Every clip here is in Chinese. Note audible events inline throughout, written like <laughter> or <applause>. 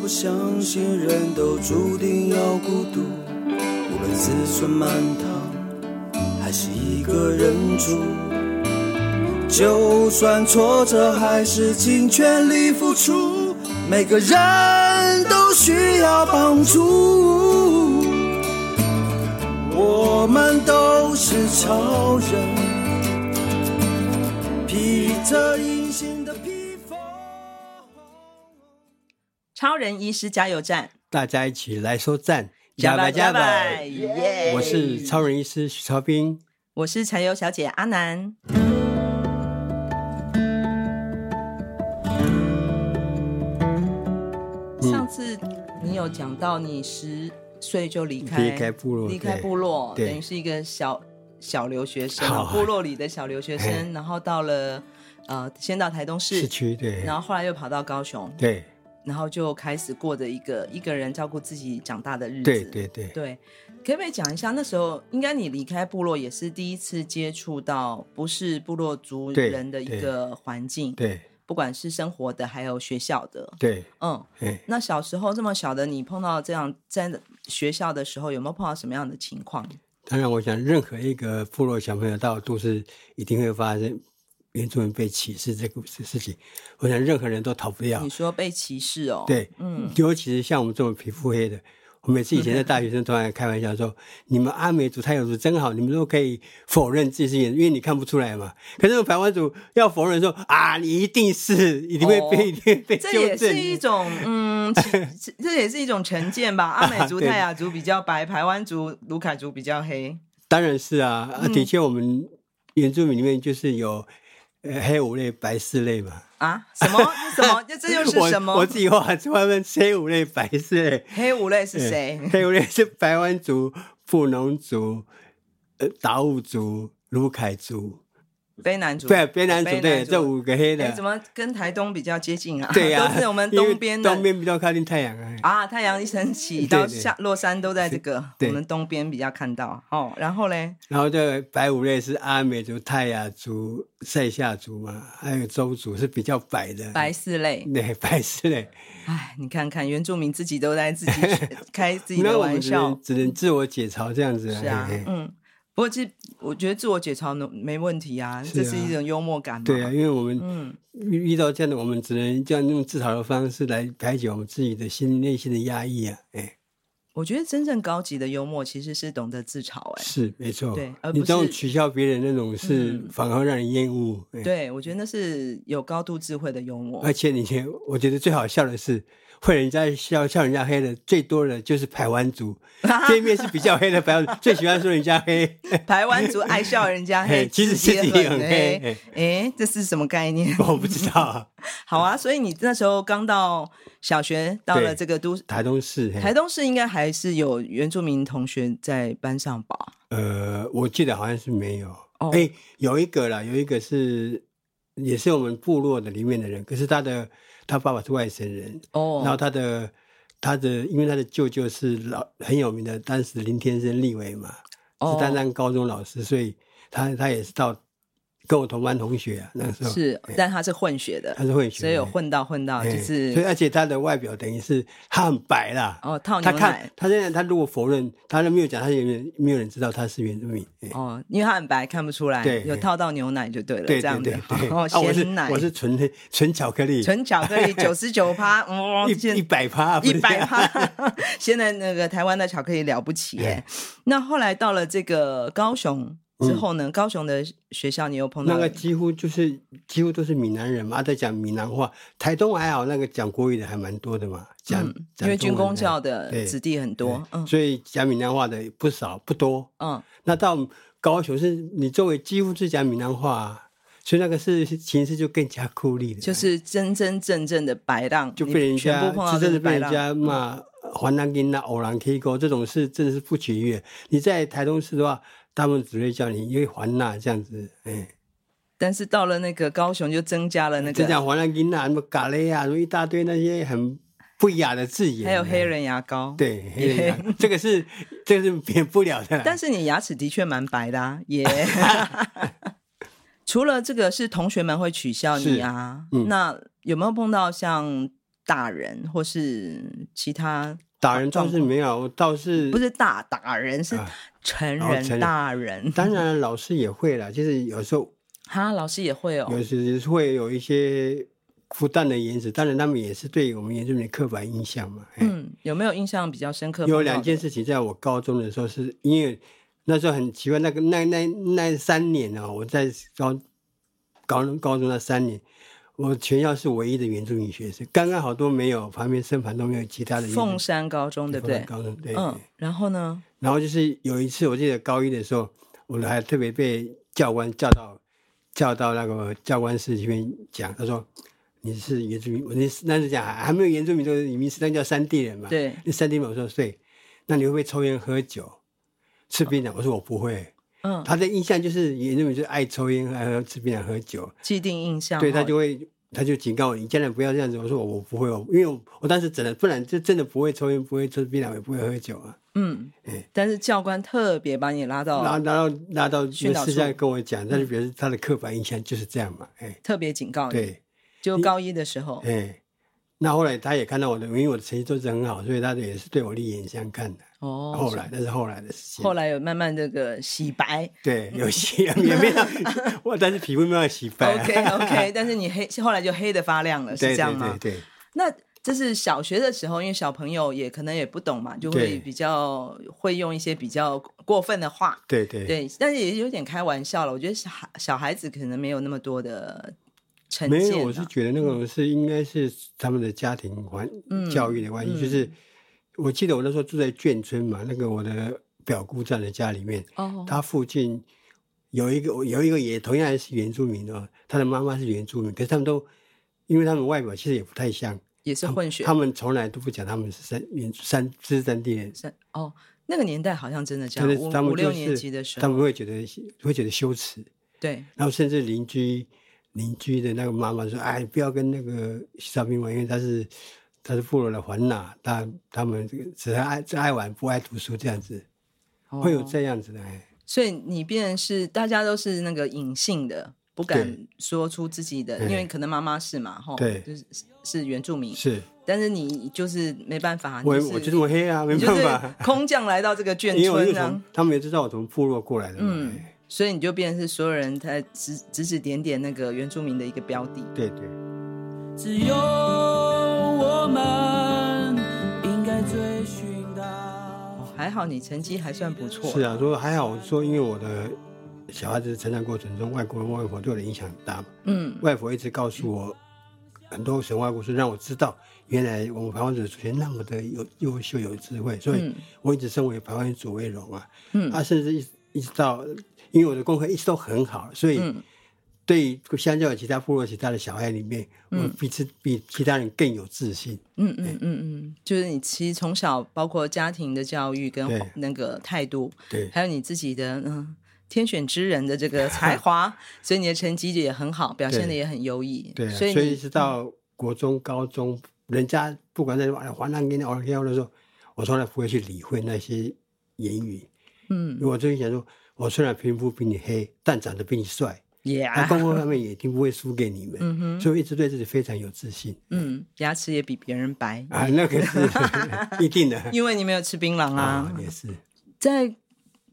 不相信人都注定要孤独，无论自尊满堂，还是一个人住。就算挫折，还是尽全力付出。每个人都需要帮助，我们都是超人，披着隐形的披风。超人医师加油站，大家一起来说赞，吧加吧，吧！耶！我是超人医师许超斌，我是柴油小姐阿南，嗯上次你有讲到你十岁就离开离开部落离开对部落，对等于是一个小小留学生好，部落里的小留学嘿生，然后到了呃，先到台东市市，区对然后后来又跑到高雄，对然后就开始过着一个一个人照顾自己长大的日子。对对对，对，可不可以讲一下那时候？应该你离开部落也是第一次接触到不是部落族对人的一对个环境，对不管是生活的还有学校的，对，嗯。哎，那小时候这么小的你碰到这样在学校的时候，有没有碰到什么样的情况？当然，我想任何一个部落小朋友到都市，一定会发生原住民被歧视这个事情。我想任何人都逃不掉你。说被歧视哦？，对，嗯，尤其是像我们这种皮肤黑的，我每次以前在大学生突然开玩笑说：“ <laughs> 你们阿美族、泰有族真好，你们都可以否认自己是原，因为你看不出来嘛。” <laughs> 可是我们台湾族要否认说：“啊，你一定是，一定会哦被，一定会 <laughs> 被这纠也是正。”一种嗯，其这这也是一种成见吧。阿美族、 <laughs> 对泰雅族比较白，排湾族、卢凯族比较黑。当然是啊，嗯啊的确，我们原住民里面就是有呃黑五类、白四类嘛。啊？什么？这什么？ <laughs> 这这又是什么？ <laughs> 我我自己画出他们黑五类、白色类。 <laughs> 黑五类是谁？黑五类是白湾族、布农族、呃达悟族、卢凯族，卑南族。对，边南族卑对，这五个黑哎的怎，么跟台东比较接近啊？ <laughs> 对呀、 <laughs> 都是我们因为东边的。东边比较靠近太阳啊。啊，太阳一升起对到对下落山都在这个我对嗯们东边比较看到哦。然后嘞，然后这白五类是阿美族、泰雅族、塞夏族嘛，还有周族是比较白的，白四类， <laughs> 对白色类。哎，你看看原住民自己都在 <laughs> 自己开自己那的我们玩只笑能，只能自我解嘲这样子是啊嘿嘿，嗯。不过其实我觉得自我解嘲能没问题啊，是这是啊一种幽默感嘛。对啊，因为我们嗯，遇遇到这样的，我们只能这样用自嘲的方式来排解我们自己的心内心的压抑啊。哎，我觉得真正高级的幽默其实是懂得自嘲、哎，是没错，对而你不这种是取笑别人那种是嗯反而让人厌恶。哎，对，我觉得那是有高度智慧的幽默而。且你觉得我觉得最好笑的是，会人家笑笑人家黑的最多的就是台湾 <laughs> 族，这面是比较黑的台湾族，最喜欢说人家黑。 <laughs> 台湾族爱笑人家黑，嘿其实自己也自己很很黑黑。哎、这是什么概 <laughs> 念？我不知道啊，好啊，所以你那时候刚到小学，到了对这个都市台东市，嘿台东市，应该还是有原住民同学在班上吧？呃，我记得好像是没有。哎、哦有一个啦，有一个是也是我们部落的里面的人，可是他的他爸爸是外省人，然后哦，他的他的因为他的舅舅是老很有名的，当时林天生立委嘛，哦是担任高中老师，所以他他也是到跟我同班同学啊，那时候是，但他是混血的他，是会学的，所以有混到混到，就哎，是所以而且他的外表等于是他很白啦。哦套他牛看奶。他现在，他如果否认，他都没有讲，他也没有没有人知道他是原住民。哎哦，因为他很白，看不出来，对有套到牛奶就对了，对这样子对。对对哦，啊我是鲜奶，我是纯黑纯巧克力，纯巧克力九十九趴，哦哇，现一一百趴，不一是百趴。啊 <laughs> 现在那个台湾的巧克力了不起哎耶。那后来到了这个高雄之后呢，高雄的学校你又碰到嗯嗯那了个几乎就是几乎都是闽南人嘛，啊在讲闽南话。台东还好，那个讲国语的还蛮多的嘛，讲、嗯，讲因为军中文工教的的对子弟很多，对嗯所以讲闽南话的不少不多。嗯，那到高雄是你周围几乎是讲闽南话、啊，所以那个是形势就更加孤立了，就是真真正正的白浪，就被人你全家部碰到是都真的是白被嗯人浪。家骂华南金那偶然 K 歌这种事真的是不取悦。你在台东市的话，他们只会叫你因为环那这样子，哎、但是到了那个高雄就增加了那真个，讲华南金啊，什么咖喱啊，什么一大堆那些很不雅的字眼，还有黑，人牙膏。。对黑人啊，这个是这个是免不了的啦。但是你牙齿的确蛮白的啊， <laughs> 耶、除了这个是同学们会取笑你啊，是嗯那有没有碰到像打人或是其他打人倒状是况没有，倒是不是大打人，是啊成哦成人人大人。当然老师也会啦，就是有时候哈，老师也会哦。有时是会有一些复旦的言辞，当然他们也是对我们原住民的刻板印象嘛。哎嗯，有没有印象比较深刻？有两件事，事情，在我高中的时候是，因为那时候很奇怪，那个那那那三年啊，我在高高高中那三年，我全校是唯一的原住民学生，刚刚好都没有，旁边身旁都没有其他的原住民凤山高中对不凤对山？高中哎对，嗯，然后呢？然后就是有一次，我记得高一的时候，我还特别被教官叫到叫到那个教官室里面讲，他说你是原住民，我那时那时讲还还没有原住民，就是移民时代叫山地人嘛。对那山地人我说对，那你会不会抽烟喝酒、吃槟榔？我说我不会。嗯，他的印象就是原住民就是爱抽烟、爱喝、吃槟榔、喝酒。既定印象。对他哦就会，他就警告我，你将来不要这样子。我说我我不会，哦，因为我我当时真的，不然就真的不会抽烟，不会吃槟榔，也不会喝酒啊。嗯哎，但是教官特别把你拉然到，后拿到拿到哦训导私下处嗯跟我讲，那就表示他的刻板印象就是这样嘛，哎，特别警告你。对，就高一的时候，哎，那后来他也看到我的，因为我的成绩都是很好，所以他也是对我另眼相看的。哦，后来那是后来的事情，后来有慢慢这个洗白。对有些 <laughs> 也 <laughs> 没有，我但是皮肤没有洗白、啊。 OK <laughs> OK，但是你黑后来就黑的发亮了，对是这样对吗对？对，那这是小学的时候，因为小朋友也可能也不懂嘛，就会对比较会用一些比较过分的话，对对对，但是也有点开玩笑了。我觉得小孩小孩子可能没有那么多的成没见、有，啊，我是觉得那个是应该是他们的家庭环、嗯教育的关系，就是我记得我那时候住在眷村嘛，那个我的表姑丈的家里面，哦，他附近有一个有一个也同样是原住民哦，他的妈妈是原住民，可是他们都因为他们外表其实也不太像，也是混血他，们从来都不讲他们是山原山是山地人，是哦，那个年代好像真的这但样，是五他们五就六年级的是时他候，们会觉得会觉得羞耻，对，然后甚至邻居邻居的那个妈妈说：“哎，不要跟那个小兵玩，因为他是他是部落的环呐，他他们这个只爱只爱玩不爱读书这样子，哦会有这样子的。哎所以你变成是大家都是那个隐性的，不敢对说出自己的，对因为可能妈妈是嘛，吼，对就是是原住民，是但是你就是没办法，我你就我就是这么黑啊，没你办就是法， <laughs> 空降来到这 <laughs> 个眷因为我是村从呢，他们也知道我从部落过来的嘛。啊嗯哎，所以你就变成是所有人在指指指点点那个原住民的一个标的。对对，只有我们应该追寻它。哦还好你成绩还算不错，是啊，说还好说，因为我的小孩子成长过程中，外公外婆对我的影响很大嘛。嗯，外婆一直告诉我很多神话故事，让我知道原来我们排湾族的祖先那么的有优秀、有智慧，所以嗯我一直身为排湾族为荣啊。嗯啊，甚至一直一直到，因为我的功课一直都很好，所以嗯对于相较于其他部落、其他的小孩里面，我比其比其他人更有自信。嗯嗯嗯嗯，就是你其实从小包括家庭的教育跟对那个态度，对，还有你自己的嗯天选之人的这个才 <laughs> 华，所以你的成绩也很好，表现的也很优异。对、啊，所所以以你一直到国中、高中，人家不管在华南跟奥利奥的时候，我从来不会去理会那些言语。嗯我最近想说，我虽然皮肤比你黑，但长得比你帅，他，Yeah，功课方面也一定不会输给你们，啊嗯哼，所以我一直对自己非常有自信嗯，牙齿也比别人白，啊，那个是 <laughs> 一定的因为你没有吃槟榔啊啊，。也是在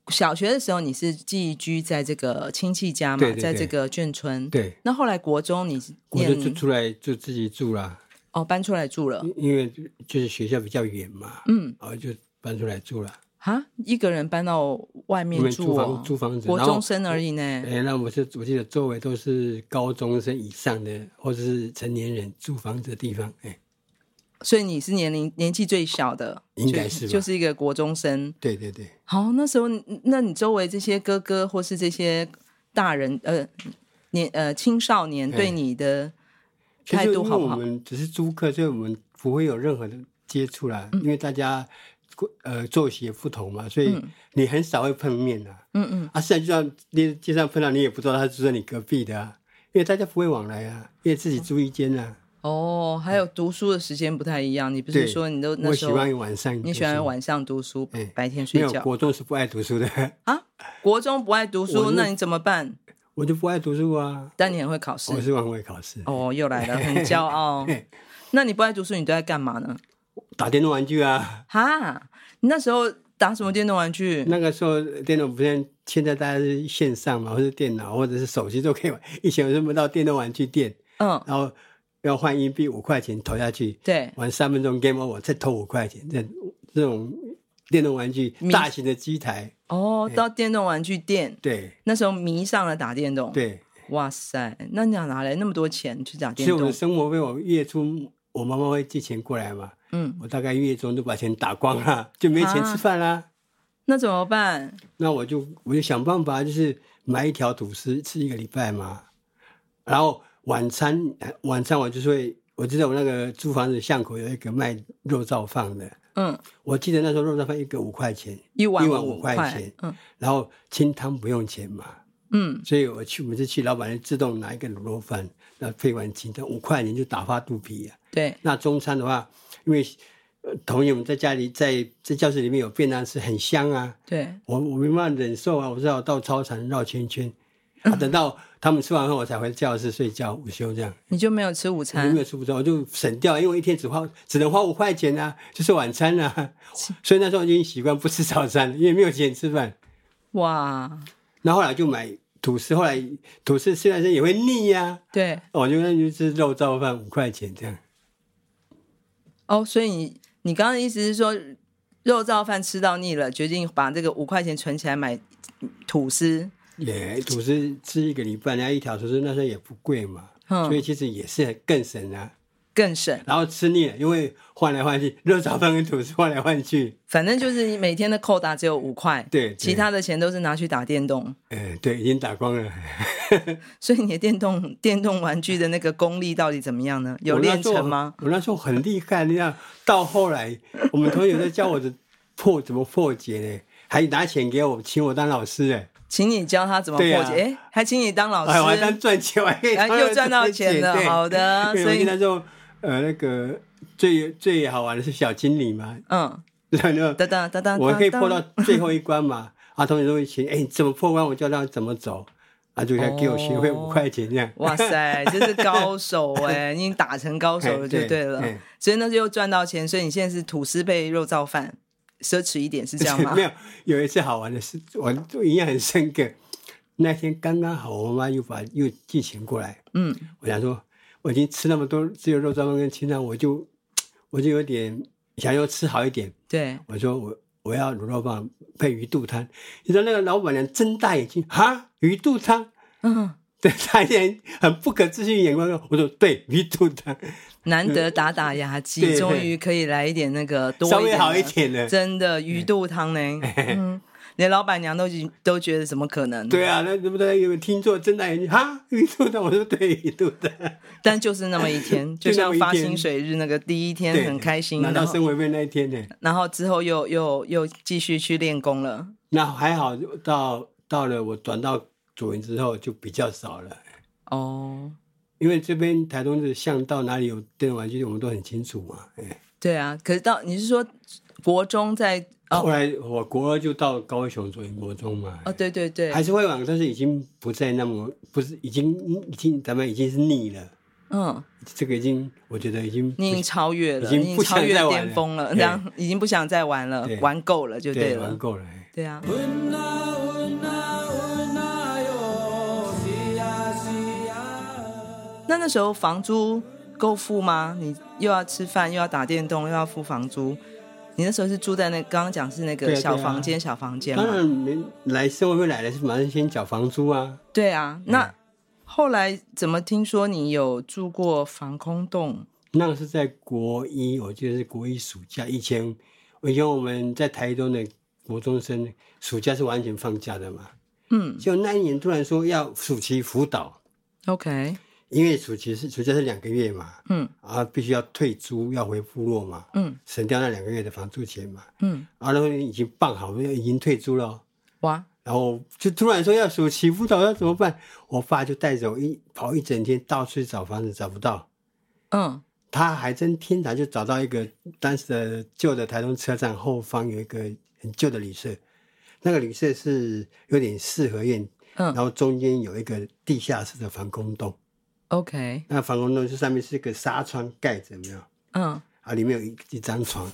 小学的时候，你是寄居在这个亲戚家嘛，对对对在这个眷村。。对。那后来国中你是我念就就嗯出来就自己住啦，哦搬出来住了，因为就是学校比较远嘛，嗯然后就搬出来住了。啊，一个人搬到外因面为住租哦房，租房子国然后中生而已呢。哎，那我是我记得周围都是高中生以上的或者是成年人租房子的地方，哎，所以你是年龄年纪最小的，应该是就吧就是一个国中生。对对对，好，那时候你嗯那你周围这些哥哥或是这些大人呃年呃青少年哎对你的其态实度因为好不我好？们只是租客，所以我们不会有任何的接触啦，因为大家呃作息也不同嘛，所以你很少会碰面啦。嗯嗯，啊，现在就算你街上碰到，你也不知道他住在你隔壁的、啊，因为大家不会往来啊，因为自己住一间啊。哦，还有读书的时间不太一样，你不是对说你都那我时喜候欢晚上，你喜欢，晚上读书哎，白天睡没有觉国中是不爱读书的， <laughs> 啊？国中不爱读书我，是那你怎么办？我就不爱读书啊，但你很会考试哦我是晚会考试。 <laughs> 哦，又来了，很骄傲。那你不爱读书，你都在干嘛呢？打电动玩具啊。 <laughs> 哈，你那时候打什么电动玩具？那个时候电脑不像现在大家是线上嘛，或者电脑或者是手机都可以玩。以前我是不到电动玩具店，嗯，然后要换硬币五块钱投下去，对，玩三分钟 game over，再投五块钱。这这种电动玩具迷大型的机台，哎哦，到电动玩具店，对那时候迷上了打电动。，对。哇塞，那你哪来那么多钱去打其电实我的动？生活费，我月初我妈妈会寄钱过来嘛，嗯，我大概月中都把钱打光了，就没钱啊吃饭啦。那怎么办？那我就我就想办法，就是买一条吐司吃一个礼拜嘛。然后晚餐晚餐我就是会，我记得我那个租房子巷口有一个卖肉燥饭的，嗯，我记得那时候肉燥饭一个五块钱，一碗一碗五五块钱嗯然后清汤不用钱嘛。嗯，所以我去每次去老板自动拿一个卤肉饭，那配碗清汤五块钱就打发肚皮啊。对，那中餐的话，因为呃同学们在家里在在教室里面有便当吃，很香啊。对，我我没办法忍受啊，我只好到操场绕圈圈，啊，等到他们吃完后我才回教室睡觉午休这样，你就没有吃午我就没餐有吃不着，我就省掉，因为我一天只花只能花五块钱啊，就是晚餐啊，所以那时候已经习惯不吃早餐了，因为没有钱吃饭。哇？那后来就买吐司，后来吐司虽然是也会腻呀、对，啊，我就那就吃肉燥饭五块钱这样，哦，所以你你刚刚的意思是说，肉燥饭吃到腻了，决定把这个五块钱存起来买吐司。也吐司吃一个礼拜，然后一条吐司那时候也不贵嘛，嗯所以其实也是更省啊。更省，然后吃腻了，因为换来换去，热炒饭跟吐司换来换去，反正就是每天的扣打只有五块，对对其他的钱都是拿去打电动，嗯、对，已经打光了。所以你的电动电动玩具的那个功力到底怎么样呢？有我那练时候成吗？我那时候很厉害，你看到后来，我们同学在教我的破怎么破解呢，还拿钱给我，请我当老师哎，请你教他怎么破解，对哎、还请你当老师，哎，我还当赚钱，我还可以哎当又赚到钱了对好的对所以我记得那时候呃那个最最好玩的是小精灵嘛， <laughs> 嗯，然后哒哒哒哒哒，我可以破到最后一关嘛，啊，同学都会请，哎，你怎么破关我就让怎么走，啊，就该给我学会五块钱这样。哇塞，这是高 <laughs> 手哎、你已经打成高手了哎就对对了。哎所以那就又赚到钱，所以你现在是吐司配肉燥饭，奢侈一点是这样吗 <laughs> 没？有，有一次好玩的事，我印象很深刻。那天刚刚好，我妈妈又把又寄钱过来，嗯，我想说，我已经吃那么多只有肉燥饭跟清汤，我就我就有点想要吃好一点。对，我说我我要卤肉饭配鱼肚汤。你知道那个老板娘睁大眼睛，哈，鱼肚汤？嗯，对，她一脸很不可置信的眼光我说对，鱼肚汤难得打打牙祭，对终于可以来一点那个多稍一微点好一的点的。真的鱼肚汤呢，嗯，连老板娘都已经都觉得怎么可能？对啊，那对不对？有听错，睁大眼睛，哈，鱼肚汤。我说对，鱼肚汤。但就是那么一天， <laughs> 就就那像么一天发薪水日那个第一天对很开心，拿到然生后活费那一天呢，然后之后又又又继续去练功了。那还好到到了我转到左营之后就比较少了，哦，因为这边台东的巷道哪里有电动玩具，我们都很清楚嘛。哎，对啊，可是到你是说国中在后哦来我国二就到高雄左营国中嘛，哎哦对对对，还是会玩，但是已经不再那么不是已经嗯已经咱们已经是腻了，嗯，这个已经我觉得已经不你已经超越了，已经你已不经想超越再玩巅峰了，了这样已经不想再玩了对，玩够了就对了玩。够了。哎对啊，啊啊那那时候房租够付吗？你又要吃饭，又要打电动，又要付房租。你那时候是住在那刚刚讲是那对个啊小对啊房间，小房间当嘛。然没来生活费来了是马上先缴房租啊，对啊，那后来怎么听说你有住过防空洞？那个是在国一，我记得是国一暑假。以前，以前我们在台东的国中生暑假是完全放假的嘛。嗯就那一年突然说要暑期辅导， ，OK，因为暑期是暑假是两个月嘛，嗯啊，必须要退租，要回部落嘛，嗯省掉那两个月的房租钱嘛。啊嗯，然后已经办好了，已经退租了哦，哇，然后就突然说要暑期辅导，要怎么办？我爸就带着我一跑一整天，到处找房子找不到。嗯他还真天才就找到一个当时的旧的台东车站后方有一个很旧的旅社，那个旅社是有点四合院，然嗯后中间有一个地下室的防空洞， OK，那防空洞是上面是个纱窗盖着，有没有？嗯，啊，里面有一一张床，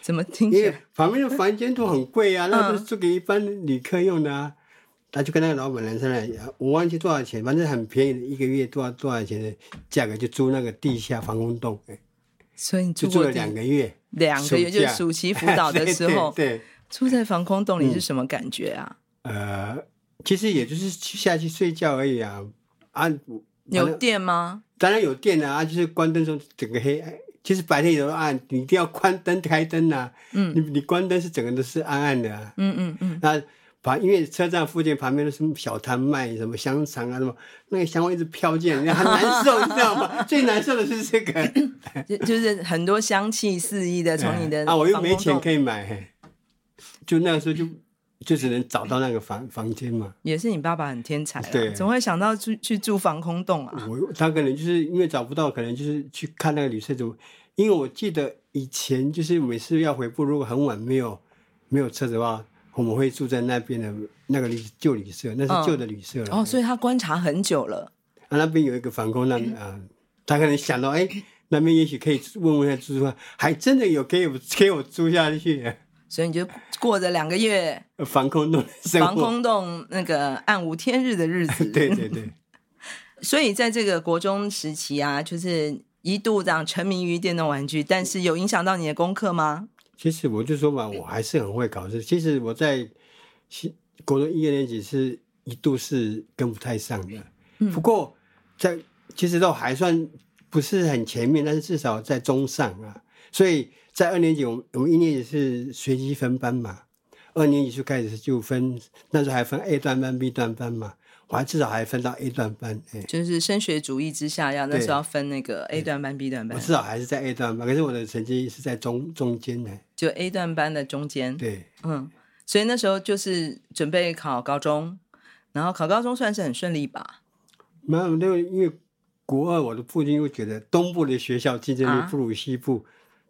怎么听因起为来？旁边的房间都很贵嗯啊，那都是租给一般旅客用的啊。他就跟那个老板娘商量，啊我忘记多少钱，反正很便宜的，一个月多少多少钱的价格就租那个地下防空洞，哎所以你就住住过了地两个月。两个月，暑就假是暑 <laughs> 期辅导的对时候，对嗯对，住在防空洞里是什么感觉啊？呃，其实也就是去下去睡觉而已啊。啊，我有电吗？当然有电啊，啊就是关灯的时候整个黑暗。其实白天也都暗，你一定要关灯开灯啊。嗯，你你关灯是整个都是暗暗的啊。嗯嗯 <laughs> 嗯，那旁因为车站附近旁边都是小摊卖什么香肠啊什么，那个香味一直飘进来，很难受，你知 <laughs> 道吗？最难受的是这个。就就是很多香气四溢的 <laughs> 从你的啊，我又没防空钱洞可以买，嘿就那个时候就就只能找到那个房房间嘛。也是你爸爸很天才啊，对嗯怎么会想到去去住防空洞啊？我他可能就是因为找不到，可能就是去看那个旅社组，因为我记得以前就是每次要回部，如果很晚没有没有车子的话，我们会住在那边的那个旅旧旅社，那嗯是旧的旅社了。哦，所以他观察很久了，啊，那边有一个防空洞啊，他可能想到，哎、那边也许可以问问看租客，还真的有给我给我租下去所以你就过着两个月呃防空洞的生活。防空洞那个暗无天日的日子。 <laughs> 对对对，所以在这个国中时期啊，就是一度这样沉迷于电动玩具，但是有影响到你的功课吗？其实我就说嘛，我还是很会考试。其实我在西国中一二年级是一度是跟不太上的，不过在其实都还算不是很前面，但是至少在中上啊。所以在二年级，我们我们一年级是随机分班嘛，二年级就开始就分，那时候还分 A 段班、B 段班嘛，我还至少还分到 A 段班，哎、就是升学主义之下，要那对时候要分那个 A 段班、B 段班我，至少还是在 A 段班，可是我的成绩是在中中间的，就 A 段班的中间。对。嗯，所以那时候就是准备考高中，然后考高中算是很顺利吧？没有，那个因为国二，我的父亲又觉得东部的学校竞争力啊不如西部，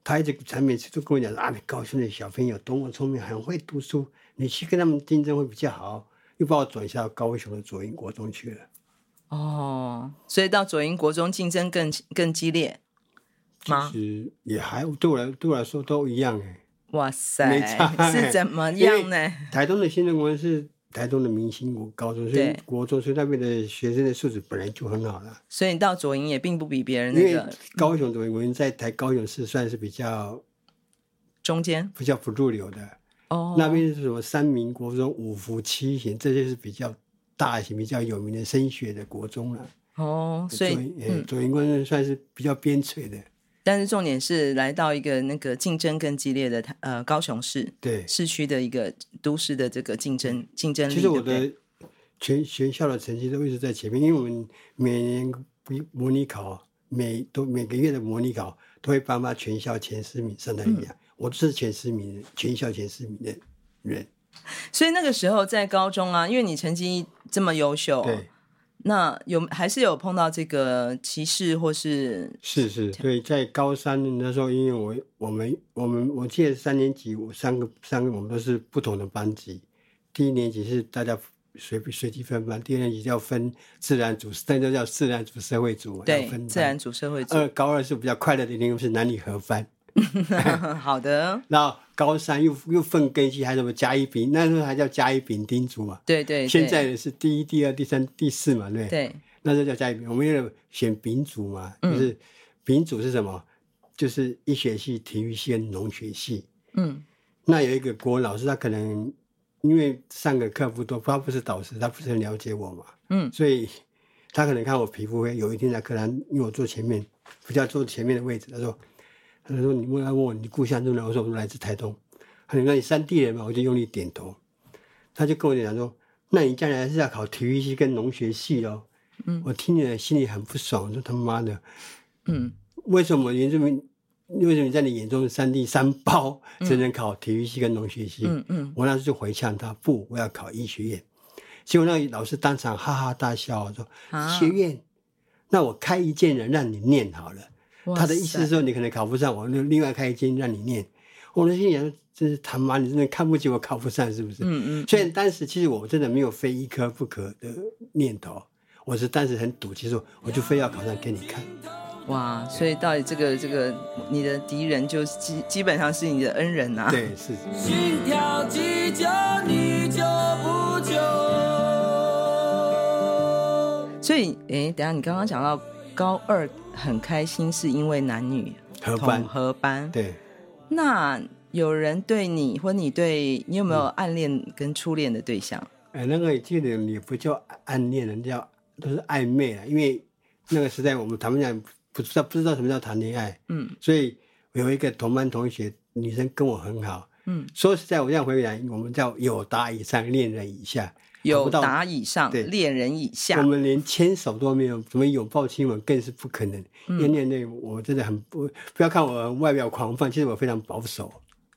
他一直他每次都跟我讲说啊，你高雄的小朋友多么聪明，很会读书，你去跟他们竞争会比较好。又把我转移到高雄的左营国中去了，哦，所以到左营国中竞争更更激烈吗？其实也还对我来对我来说都一样哎。哇没塞 <laughs> 差，欸是怎么样呢？台东的新人文是台东的明星国高中，所以对国中所以那边的学生的素质本来就很好了。所以你到左营也并不比别人因那为个高雄左营文在台高雄市算是比较中间比较不入流的，哦。那边是什么三民国中、五福七贤，这些是比较大型、比较有名的升学的国中了、哦，所以左呃嗯，左营国中算是比较边陲的，但是重点是来到一个那个竞争更激烈的台呃高雄市对。嗯市区的一个都市的这个竞争竞争力。其实我对不对的全学校的成绩都一直在前面，因为我们每年比模拟考，每都每个月的模拟考都会颁发全校前十名上台一嗯样，我就是前十名的，全校前十名的人，所以那个时候在高中啊，因为你成绩这么优秀，对。那有还是有碰到这个歧视或是是是，所以在高三的那时候，因为我我们我们我记得三年级，我三个三个我们都是不同的班级。第一年级是大家随随机分班，第二年级要分自然组，那就叫自然组、社会组，要对分自班呃然组社会组？<laughs> <laughs> 二高二是比较快乐的，因为是男女合班。好的，然后高三又又分根系，还有什么甲乙丙，那时候还叫甲乙丙丁组嘛。对对，对现在的是第一、第二、第三、第四嘛，对不对对那时候叫甲乙丙，我们为了选丙组嘛，就是丙组是什么？就是医学系、体育系、跟农学系。嗯那有一个国文老师，他可能因为上个课不多，他不是导师，他不是很了解我嘛，嗯所以他可能看我皮肤黑，有一天在课堂，因为我坐前面，比较坐前面的位置，他说，他说你问他问我你故乡住哪？我说我来自台东。他说那你山地人嘛，我就用力点头。他就跟我讲说，那你将来是要考体育系跟农学系哦。嗯，我听了心里很不爽，我说他妈的，嗯，为什么原住民？为什么在你眼中三地三包只能考体育系跟农学系？嗯嗯，我那时候就回呛他，不，我要考医学院。结果那个老师当场哈哈大笑，说：“啊医学院，那我开一间人让你念好了。”啊哇他的意思塞是说你可能考不上，我另另外开一间让你念。我的心里想，真是他妈，你真的看不起我考 <laughs> 不上是不是？嗯嗯，虽然当时其实我真的没有非医科不可的念头，我是当时很赌气说，我就非要考上给你看。哇，所以到底这个这个你的敌人就基基本上是你的恩人呐、啊。对，是心跳急救，你救不救？所以，哎，等一下你刚刚讲到高二很开心，是因为男女合班统合班。对，那有人对你，或你对你有没有暗恋跟初恋的对象？呃，那个这个也不叫暗恋了，叫都是暧昧了，因为那个时代我们谈不讲不知道不知道什么叫谈恋爱，嗯所以有一个同班同学女生跟我很好。嗯，说实在，我这样回来，我们叫友达以上，恋人以下。谈有不到达以上，对恋人以下我。们连牵手都没有，怎么拥抱亲吻更是不可能。嗯因为那我真的很不不要看我外表狂放，其实我非常保守，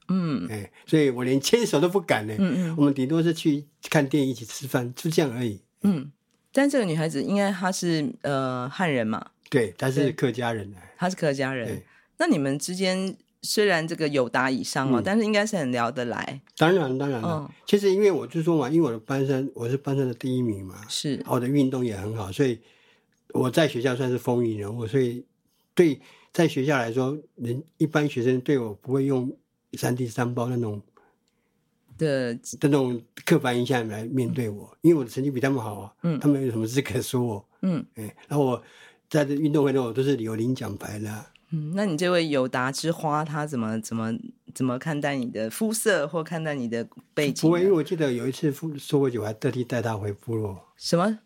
嗯哎，所以我连牵手都不敢呢。嗯嗯我们顶多是去看电影、一起吃饭，就这样而已。嗯。但这个女孩子应该她是呃汉人嘛，对，他对是客家人哎她是客家人对。，那你们之间虽然这个有达以上哦，嗯但是应该是很聊得来。当然当然了。嗯其实因为我就说嘛，因为我的班上我是班上的第一名嘛，是，我的运动也很好，所以我在学校算是风云人物，所以对在学校来说，人一般学生对我不会用三低三包那种的，那种刻板印象来面对我，因为我的成绩比他们好啊，嗯他们有什么资格说我？嗯哎，然后我在这运动会呢，我都是有领奖牌的啊、嗯。那你这位有达之花，她怎么怎么怎么看待你的肤色，或看待你的背景不呢？过因为我记得有一次复说过酒，我还特地带他回部落，什么？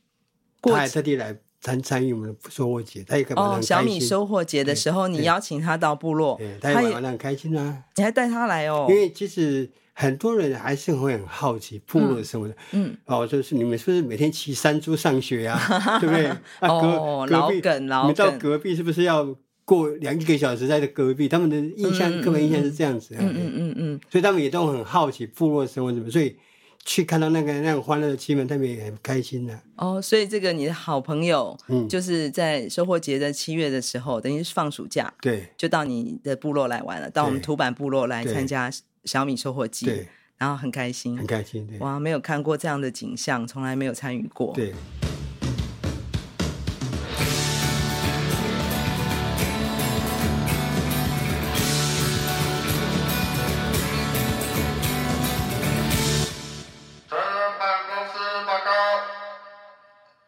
过他还特地来参参与我们的说我节，他也感到哦，很小开米心。收获节的时候，你邀请他到部落对，，他他也也玩的很开心啊。你还带他来哦因，为其实很多人还是会很好奇部落的生活的。嗯，哦，就是你们是不是每天骑山猪上学呀、 <laughs> 对不对？啊，隔哦隔老壁，梗老你们到梗隔壁是不是要过两一个小时在这隔壁？他们的印象嗯嗯刻板印象是这样子、啊，嗯嗯嗯嗯，所以他们也都很好奇部落生活怎么，所以去看到那个那样欢乐的气氛，他们也很开心的、啊哦，所以这个你的好朋友，嗯就是在收获节的七月的时候，等于是放暑假，对就到你的部落来玩了，到我们对土版部落来对参加小米收获季对，，然后很开心很，开心，对哇，没有看过这样的景象，从来没有参与过，对。承办公司报告，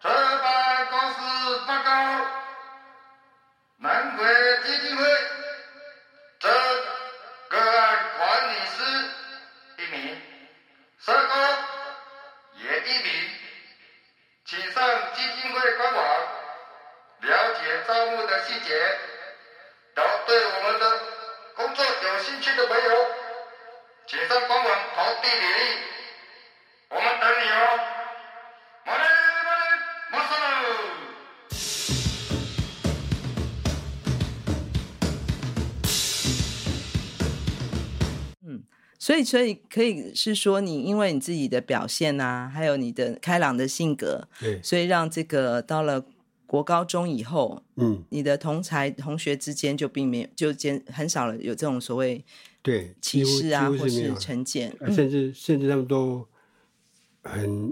承办公司报告，南国基金会征个案管理师一名，社工也一名，请上基金会官网了解招募的细节。然后对我们的工作有兴趣的朋友，请上官网投递履历。我们等你哦。马里马里马斯鲁。所以，所以可以是说，你因为你自己的表现啊，还有你的开朗的性格，对，所以让这个到了国高中以后，嗯，你的同才同学之间就并没有就间很少了有这种所谓对，歧几乎视啊，几乎或是没有是了成见。呃甚至甚至他们都很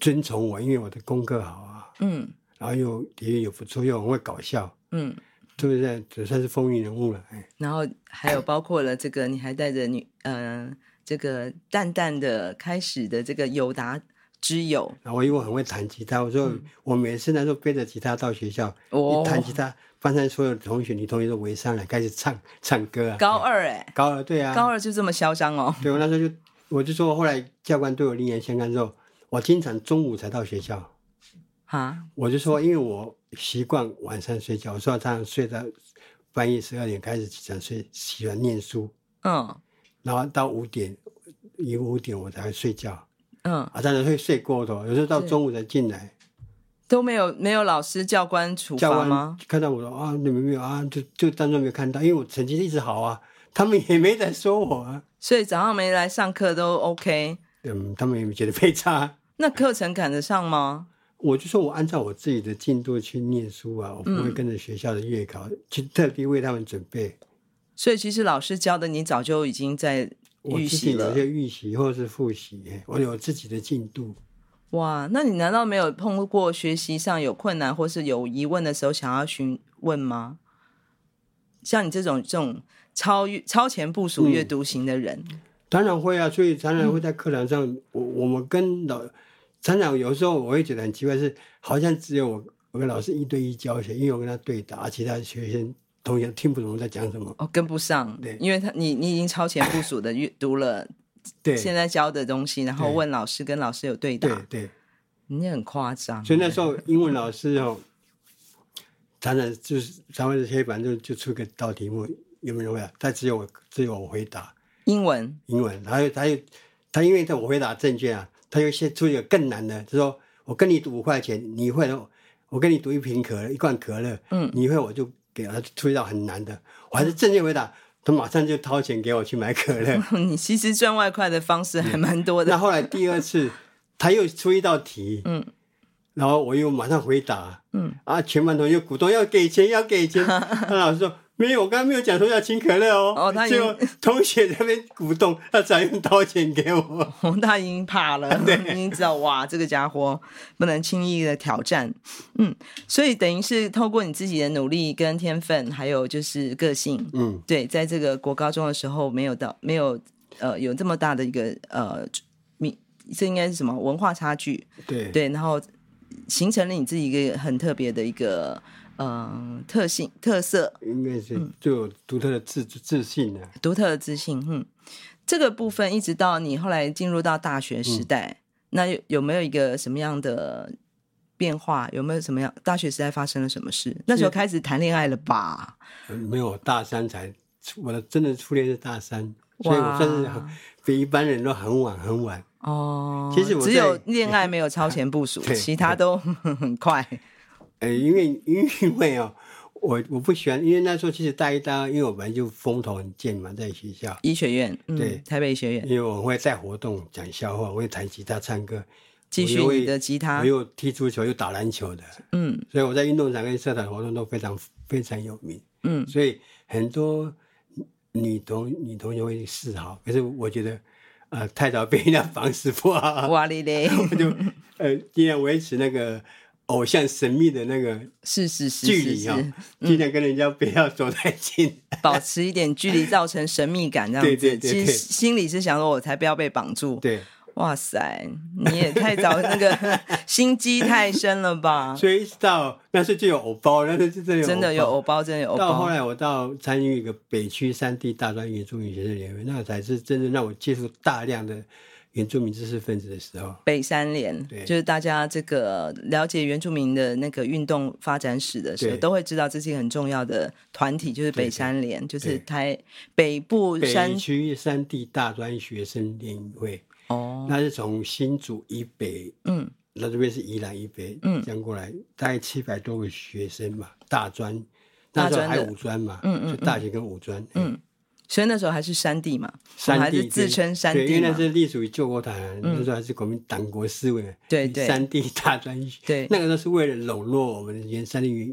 尊崇我，因为我的功课好啊，嗯然后又体育也不错，又很会搞笑，嗯，对不对？也算是风云人物了。哎，然后还有包括了这个，你还带着女呃这个淡淡的开始的这个友达之友然后因为我很会弹吉他，我说我每次那时候背着吉他到学校，嗯哦一弹吉他，班上所有同学女同学都围上来开始唱唱歌啊。高哎二哎、高二对啊，高二就这么嚣张哦，对我那时候就我就说，后来教官对我另眼相看之后，我经常中午才到学校。哈，我就说，因为我习惯晚上睡觉，我说这样睡到半夜十二点开始起床睡，喜欢念书，嗯然后到五点，一五点我才会睡觉嗯，啊，当然会睡过头，有时候到是中午才进来。都没有没有老师教官处教罚官吗？看到我说啊，你们没有啊，就就当做没有看到，因为我成绩一直好啊， <laughs> 他们也没在说我啊，所以早上没来上课都 OK，嗯，他们也觉得被差。那课程赶得上吗？我就说我按照我自己的进度去念书啊，我不嗯会跟着学校的月考、去特地为他们准备。所以其实老师教的你早就已经在我预自习己有了些预习或是复习，我有自己的进度。哇，那你难道没有碰过学习上有困难或是有疑问的时候想要询问吗？像你这种这种超越超前部嗯署阅读型的人，常常会啊，所以常常嗯会在课堂上，我我们跟老常常有时候我会觉得很奇怪，是好像只有我我跟老师一对一教学，因为我跟他对答，其他学生同学听不懂我在讲什么。哦，跟不上，对因为他你你已经超前部署的阅读了对，现在教的东西，然后对问老师，跟老师有对对答，对，你很夸张。欸所以那时候英文老师哦，常常就是常常是黑板就就出个道题目，有没有人回答？他只有我只有我回答英文 <laughs> 英文，然后他又他因为他我回答正确啊，他又先出一个更难的，就说我跟你赌五块钱，你会了，我跟你赌一瓶可乐一罐可乐，嗯你会我就给他出一道很难的，我还是正确回答，他马上就掏钱给我去买可 <laughs> 乐。你其实赚外快的方式还蛮多那的。后来第二次，他又出一道题，嗯，然后我又马上回答，嗯，啊，全班同学鼓动要给钱，要 <laughs> 给钱，那老师说没有，我刚刚没有讲说要请可乐哦，哦他已经结果同学在那边鼓动，他才用掏钱给 <laughs> 我，洪大已经怕了，已经知道哇，这个家伙不能轻易的挑战。嗯，所以等于是透过你自己的努力跟天分，还有就是个性，嗯，对，在这个国高中的时候没有到没有呃有这么大的一个呃，你这应该是什么文化差距？对，对，然后形成了你自己一个很特别的一个嗯、呃特性特色，应该是嗯就有独特的自自信啊，独特的自信。嗯，这个部分一直到你后来进入到大学嗯时代，那有有没有一个什么样的变化？有没有什么样大学时代发生了什么事？那时候开始谈恋爱了吧？呃没有大三才，我的真的初恋是大三，哇所以我算是很比一般人都很晚很晚，哦，其实我只有在恋爱没有超前部署， <laughs> 对其他都很快。呃，因为因为哦，我我不喜欢，因为那时候其实大一、大二，因为我本来就风头很健嘛，在学校，医学院，嗯、对台北医学院因为我会带活动、讲笑话，我会弹吉他、唱歌，继续我又会你的吉他我，又踢足球，又打篮球的，嗯所以我在运动场跟社团活动都非常非常有名，嗯，所以很多女同女同学会示好，可是我觉得，呃，太早被人家防识破啊，哇哩嘞，我 <laughs> 就呃尽量维持那个偶像神秘的那个是是是距是嗯离啊、是，尽量跟人家不要走太近。保持一点距离，造成神秘感，这样子。 <laughs> 对对对其对实心里是想说，我才不要被绑住。对，哇塞，你也太早那 <laughs> 个心机太深了吧？所以一直到那时候就有偶包，那时候就真的有真的有偶包，真的有偶包。到后包。来我到参与一个北区三地大专原住民学生联会，那才是真正让我接触大量的原住民知识分子的时候。北三联对就是大家这个了解原住民的那个运动发展史的时候，对都会知道这是一个很重要的团体，就是北三联，就是台北部山北区三地大专学生联会，哦，那是从新竹以北，嗯，那这边是宜兰以北，嗯这样过来，大概七百多个学生嘛，大专，那时大候专的还五专嘛，嗯嗯就大学跟五专，嗯所以那时候还是山地嘛，我山们地还是自称山对，因地为那嘛，嗯是隶属于救国团，那时候还是国民党国思维，对对山地大专，对那个时候是为了笼络我们原山地原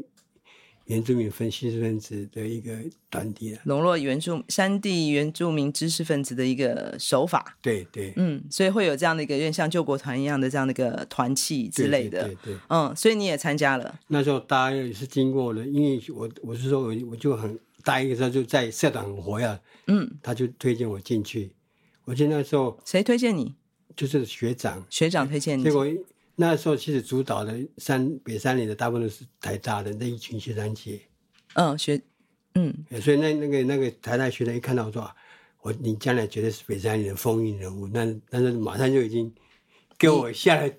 原住民分析识分子的一个团体啊，笼络原住山地原住民知识分子的一个手法。对对嗯，所以会有这样的一个，有点像救国团一样的这样的一个团契之对类对的。对对，嗯，所以你也参加了，那时候大家也是经过了，因为我我是说我我就很大一的时候就在社团很活跃，嗯，他就推荐我进去，我记得那时候谁推荐你？就是学长，学长推荐你结，果那时候其实主导的三北三里的大部分都是台大的那一群学长姐。嗯，学，嗯，呃所以那那个那个台大学生一看到我说，啊我你将来绝对是北山里的风云人物，那但是马上就已经给我下了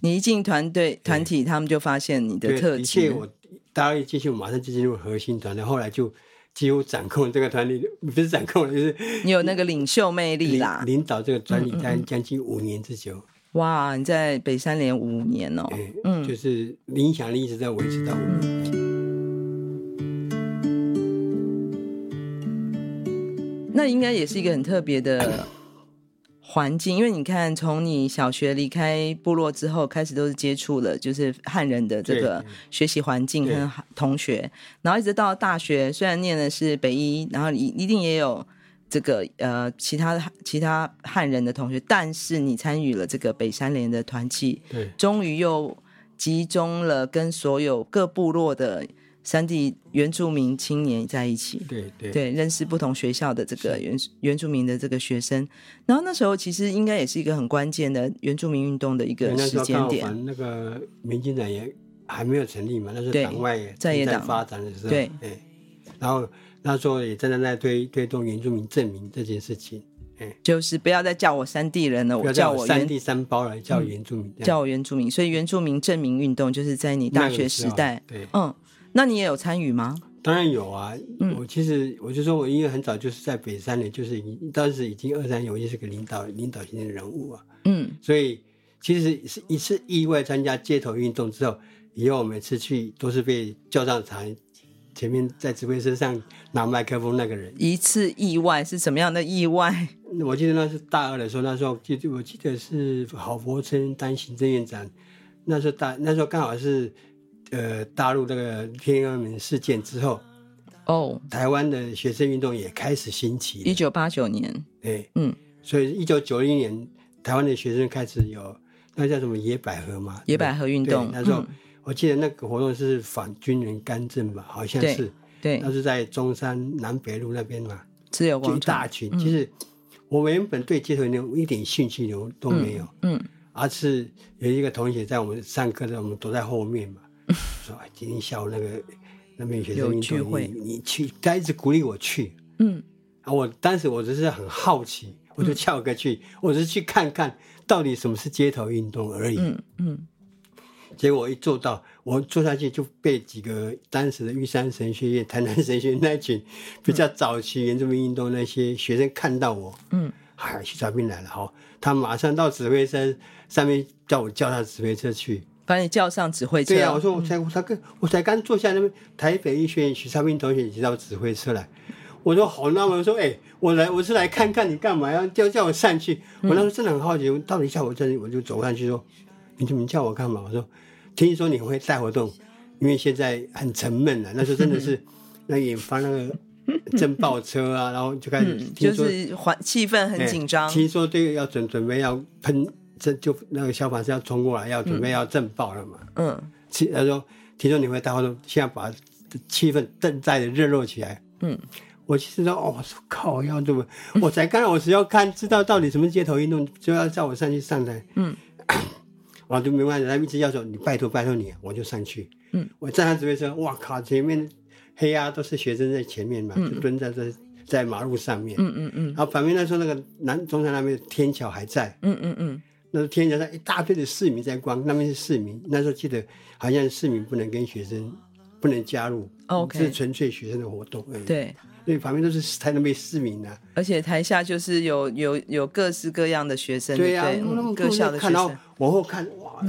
你一进团队团体，他们就发现你的对特的质确，，我大二一进去，我马上就进入核心团队，后来就几乎掌控这个团体，不是掌控了，就是你有那个领袖魅力领啦。嗯领导这个团体，大概将近五年之久，哇，你在北三联五年哦，哎，嗯就是影响力一直在维持到五年。那应该也是一个很特别的环境，因为你看，从你小学离开部落之后，开始都是接触了就是汉人的这个对学习环境对和同学，然后一直到大学，虽然念的是北医，然后一一定也有这个呃其他的其他汉人的同学，但是你参与了这个北山连的团契，对，终于又集中了跟所有各部落的山地原住民青年在一起。对，对，对，认识不同学校的这个原原住民的这个学生，然后那时候其实应该也是一个很关键的原住民运动的一对个那时时候刚间好点，反那个民进党也还没有成立嘛，那时候对党外也在野正在党发展的时候，对哎，然后那时候也正在在推推动原住民证明这件事情，就是不要再叫我山地人了，不要我叫哦叫我我三原嗯地三包了，叫原住民这样，叫我原住民，所以原住民证明运动就是在你大那个学时时候代，对，嗯，那你也有参与吗？当然有啊，嗯我其实我就说我因为很早就是在北三里，就是已经当时已经二三有，就是个领导领导型的人物啊，嗯，所以其实是一次意外参加街头运动之后，以后我每次去都是被叫上台，前面在指挥车上拿麦克风那个人。一次意外是什么样的意外？我记得那是大二的时候，那时候记得我记得是郝柏村当行政院长，那时候大那时候刚好是呃大陆那个天安门事件之后，哦，台湾的学生运动也开始兴起了一。九八九年，对，嗯，所以一九九零年台湾的学生开始有那叫什么野百合嘛，野百合运对动那时候嗯我记得那个活动是反军人干政吧，好像对是，嗯对那，是在中山南北路那边嘛，自由就一广大场，群。其实我原本对街头运动一点兴趣都都没有，嗯，而是有一个同学在我们上课的时候，我们躲在后面嘛，说哎今天下午那个那边有学生嗯有运聚动，会你你去，他一直鼓励我去，嗯，啊，我当时我只是很好奇，我就翘课去，我只是去看看到底什么是街头运动而已。嗯嗯，结果我一做到，我坐下去就被几个当时的玉山神学院、台南神学院那群比较早期原住民运动那些学生看到我，嗯，哎，徐小兵来了哈、哦，他马上到指挥车上面叫我叫他指挥车去。把你叫上指挥车，啊嗯对呀、我说我才我才跟我才刚坐下那边，台北医学院许昌斌同学已经到指挥车来，我说好纳闷，我说哎、我来我是来看看你干嘛要叫叫我上去？嗯我那时候真的很好奇，我到底叫我这里，我就走上去说，你怎么叫我干嘛？我说听说你会带活动，因为现在很沉闷啊了、那时候真 <laughs> 的是那引发那个震爆车啊，然后就开始嗯，听就说、是环气氛很紧张哎，听说这个要准准备要喷，这就那个消防车要冲过来，要准备要震爆了嘛。嗯气他说听说你会大话说，现在把气氛正在的热络起来。嗯，我其实说，哦，我说靠，要这么，我才刚，我只要看知道到底什么街头运动，就要叫我上去上台。嗯， <coughs> 我就没办法，他一直要说你拜托拜托你，我就上去。嗯，我站上指挥车，哇靠，前面黑啊都是学生在前面嘛，就蹲在这在马路上面。嗯嗯嗯然后旁边那时候那个南中山那边的天桥还在，嗯嗯嗯，那天桥上一大堆的市民在逛，那边是市民。那时候记得好像市民不能跟学生不能加入 OK 这是纯粹学生的活动。嗯，对，所以旁边都是台南被市民啊，而且台下就是有有有各式各样的学生，对呀、不对那么嗯多各人校的学看，然后生，嗯往后看，哇，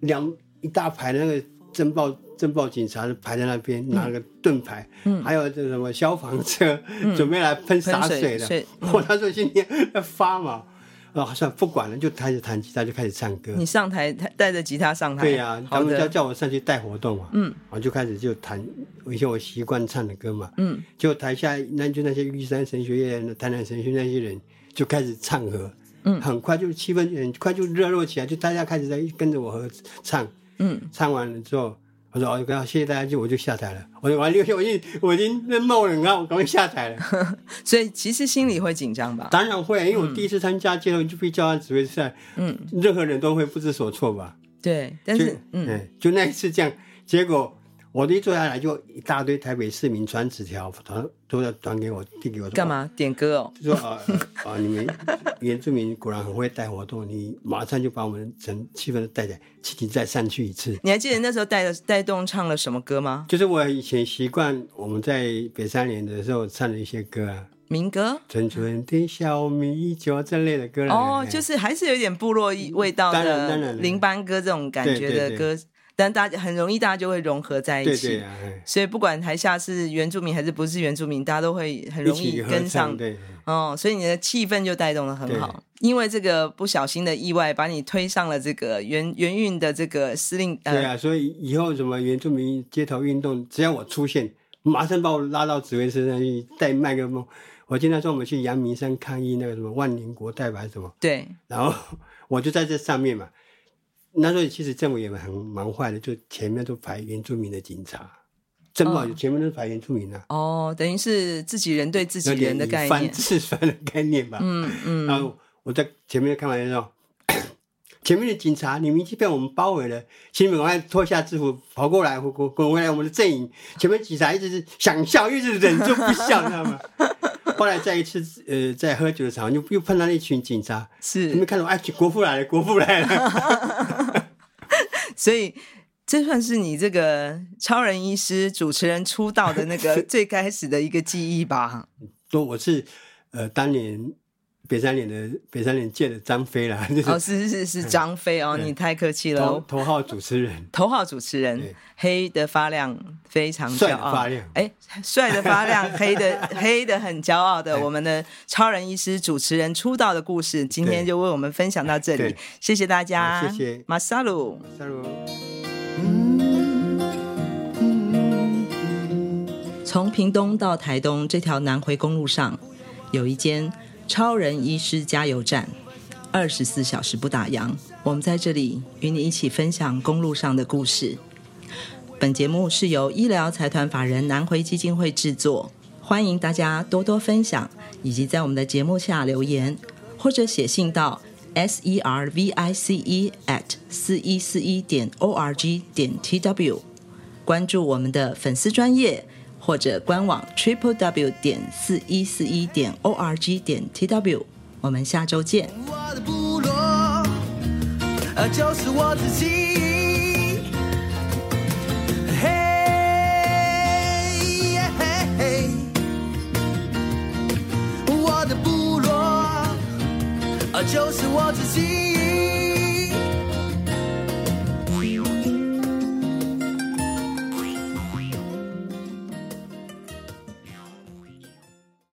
两一大排那个侦报侦报警察排在那边，拿个盾牌，嗯还有这什么消防车、准备来喷洒喷水水的水， <laughs> 我那时候心里在发毛，啊，算了不管了，就开始弹吉他，就开始唱歌。你上台带着吉他上台，对呀、他哎好们叫的，叫我上去带活动嘛，嗯，我就开始就弹一些我习惯唱的歌嘛，嗯，就台下那就那些玉山神学院、台南神学院那些人就开始唱和，嗯，很快就气氛很快就热络起来，就大家开始在跟着我合唱，嗯，唱完了之后。我说哦，刚好谢谢大家，就我就下台了。我就完了，我已经我已经在冒冷汗，我赶快下台了。所以其实心里会紧张吧？当然会，因为我第一次参加街头就被叫上指挥赛，嗯，任何人都会不知所措吧。对，但就是嗯，哎就那一次这样，结果我一坐下来，就一大堆台北市民传纸条，传都要传给我，递给我。干？嘛点歌哦？就说啊啊，呃你 <laughs> 们原住民果然很会带活动，你马上就把我们整气氛都带起来，请你再上去一次。你还记得那时候带的带动唱了什么歌吗？就是我以前习惯我们在北三连的时候唱的一些歌啊，民歌纯纯的小米酒这类的歌啦哦，哎就是还是有点部落味道当然当的然林班歌这种感觉对对的歌，但大家很容易大家就会融合在一对对起。啊，哎所以不管台下是原住民还是不是原住民，大家都会很一容易起合跟唱上对。哦，所以你的气氛就带动的很好。因为这个不小心的意外，把你推上了这个原原运的这个司令对呃啊，所以以后什么原住民街头运动，只要我出现，马上把我拉到指挥车上去，带麦克风，我记得那时候我们去阳明山抗议那个什么万宁国代吧还是什么，对，然后 <laughs> 我就在这上面嘛。那时候其实政府也很蛮坏的，就前面都排原住民的警察，珍宝嗯前面都是排原住民啊，哦，等于是自己人对自己有点人的以概翻啊念，自翻的概念吧。嗯然嗯，后我在前面看完之后， <coughs> 前面的警察，你们已经被我们包围了，请你们赶快脱下制服，跑过来，滚滚滚回来我们的阵营。前面警察一直是想笑，一直忍住不笑，你知 <laughs> 道吗？后来在一次呃，在喝酒的场合，又又碰到一群警察，你们是，看到哎，国父来了，国父来了， <laughs> 所以这算是你这个超人医师主持人出道的那 <laughs> 个最开始的一个记忆吧？说我是呃当年北三连的北三连界的张飞啦，就哦，是是是是，张飞哦，嗯你太客气了头哦。头号主持人，头号主持人对，黑的发亮，非常帅骄的傲。发亮哎，帅的发亮，黑的 <laughs> 黑的很骄傲的。我们的超人医师主持人出道的故事，今天就为我们分享到这里对，谢谢大家，好谢谢马萨鲁。三如从屏东到台东这条南回公路上，有一间超人医师加油站，二十四小时不打烊。我们在这里与你一起分享公路上的故事。本节目是由医疗财团法人南回基金会制作，欢迎大家多多分享，以及在我们的节目下留言，或者写信到 s e r v i c e at 四一四一点 o r g 点 t w。关注我们的粉丝专业或者官网 triple w 点四一四一点 o r g 点 t w。我们下周见。我的部落，呃，就是我自己。嘿，耶嘿嘿，我的部落，呃，就是我自己。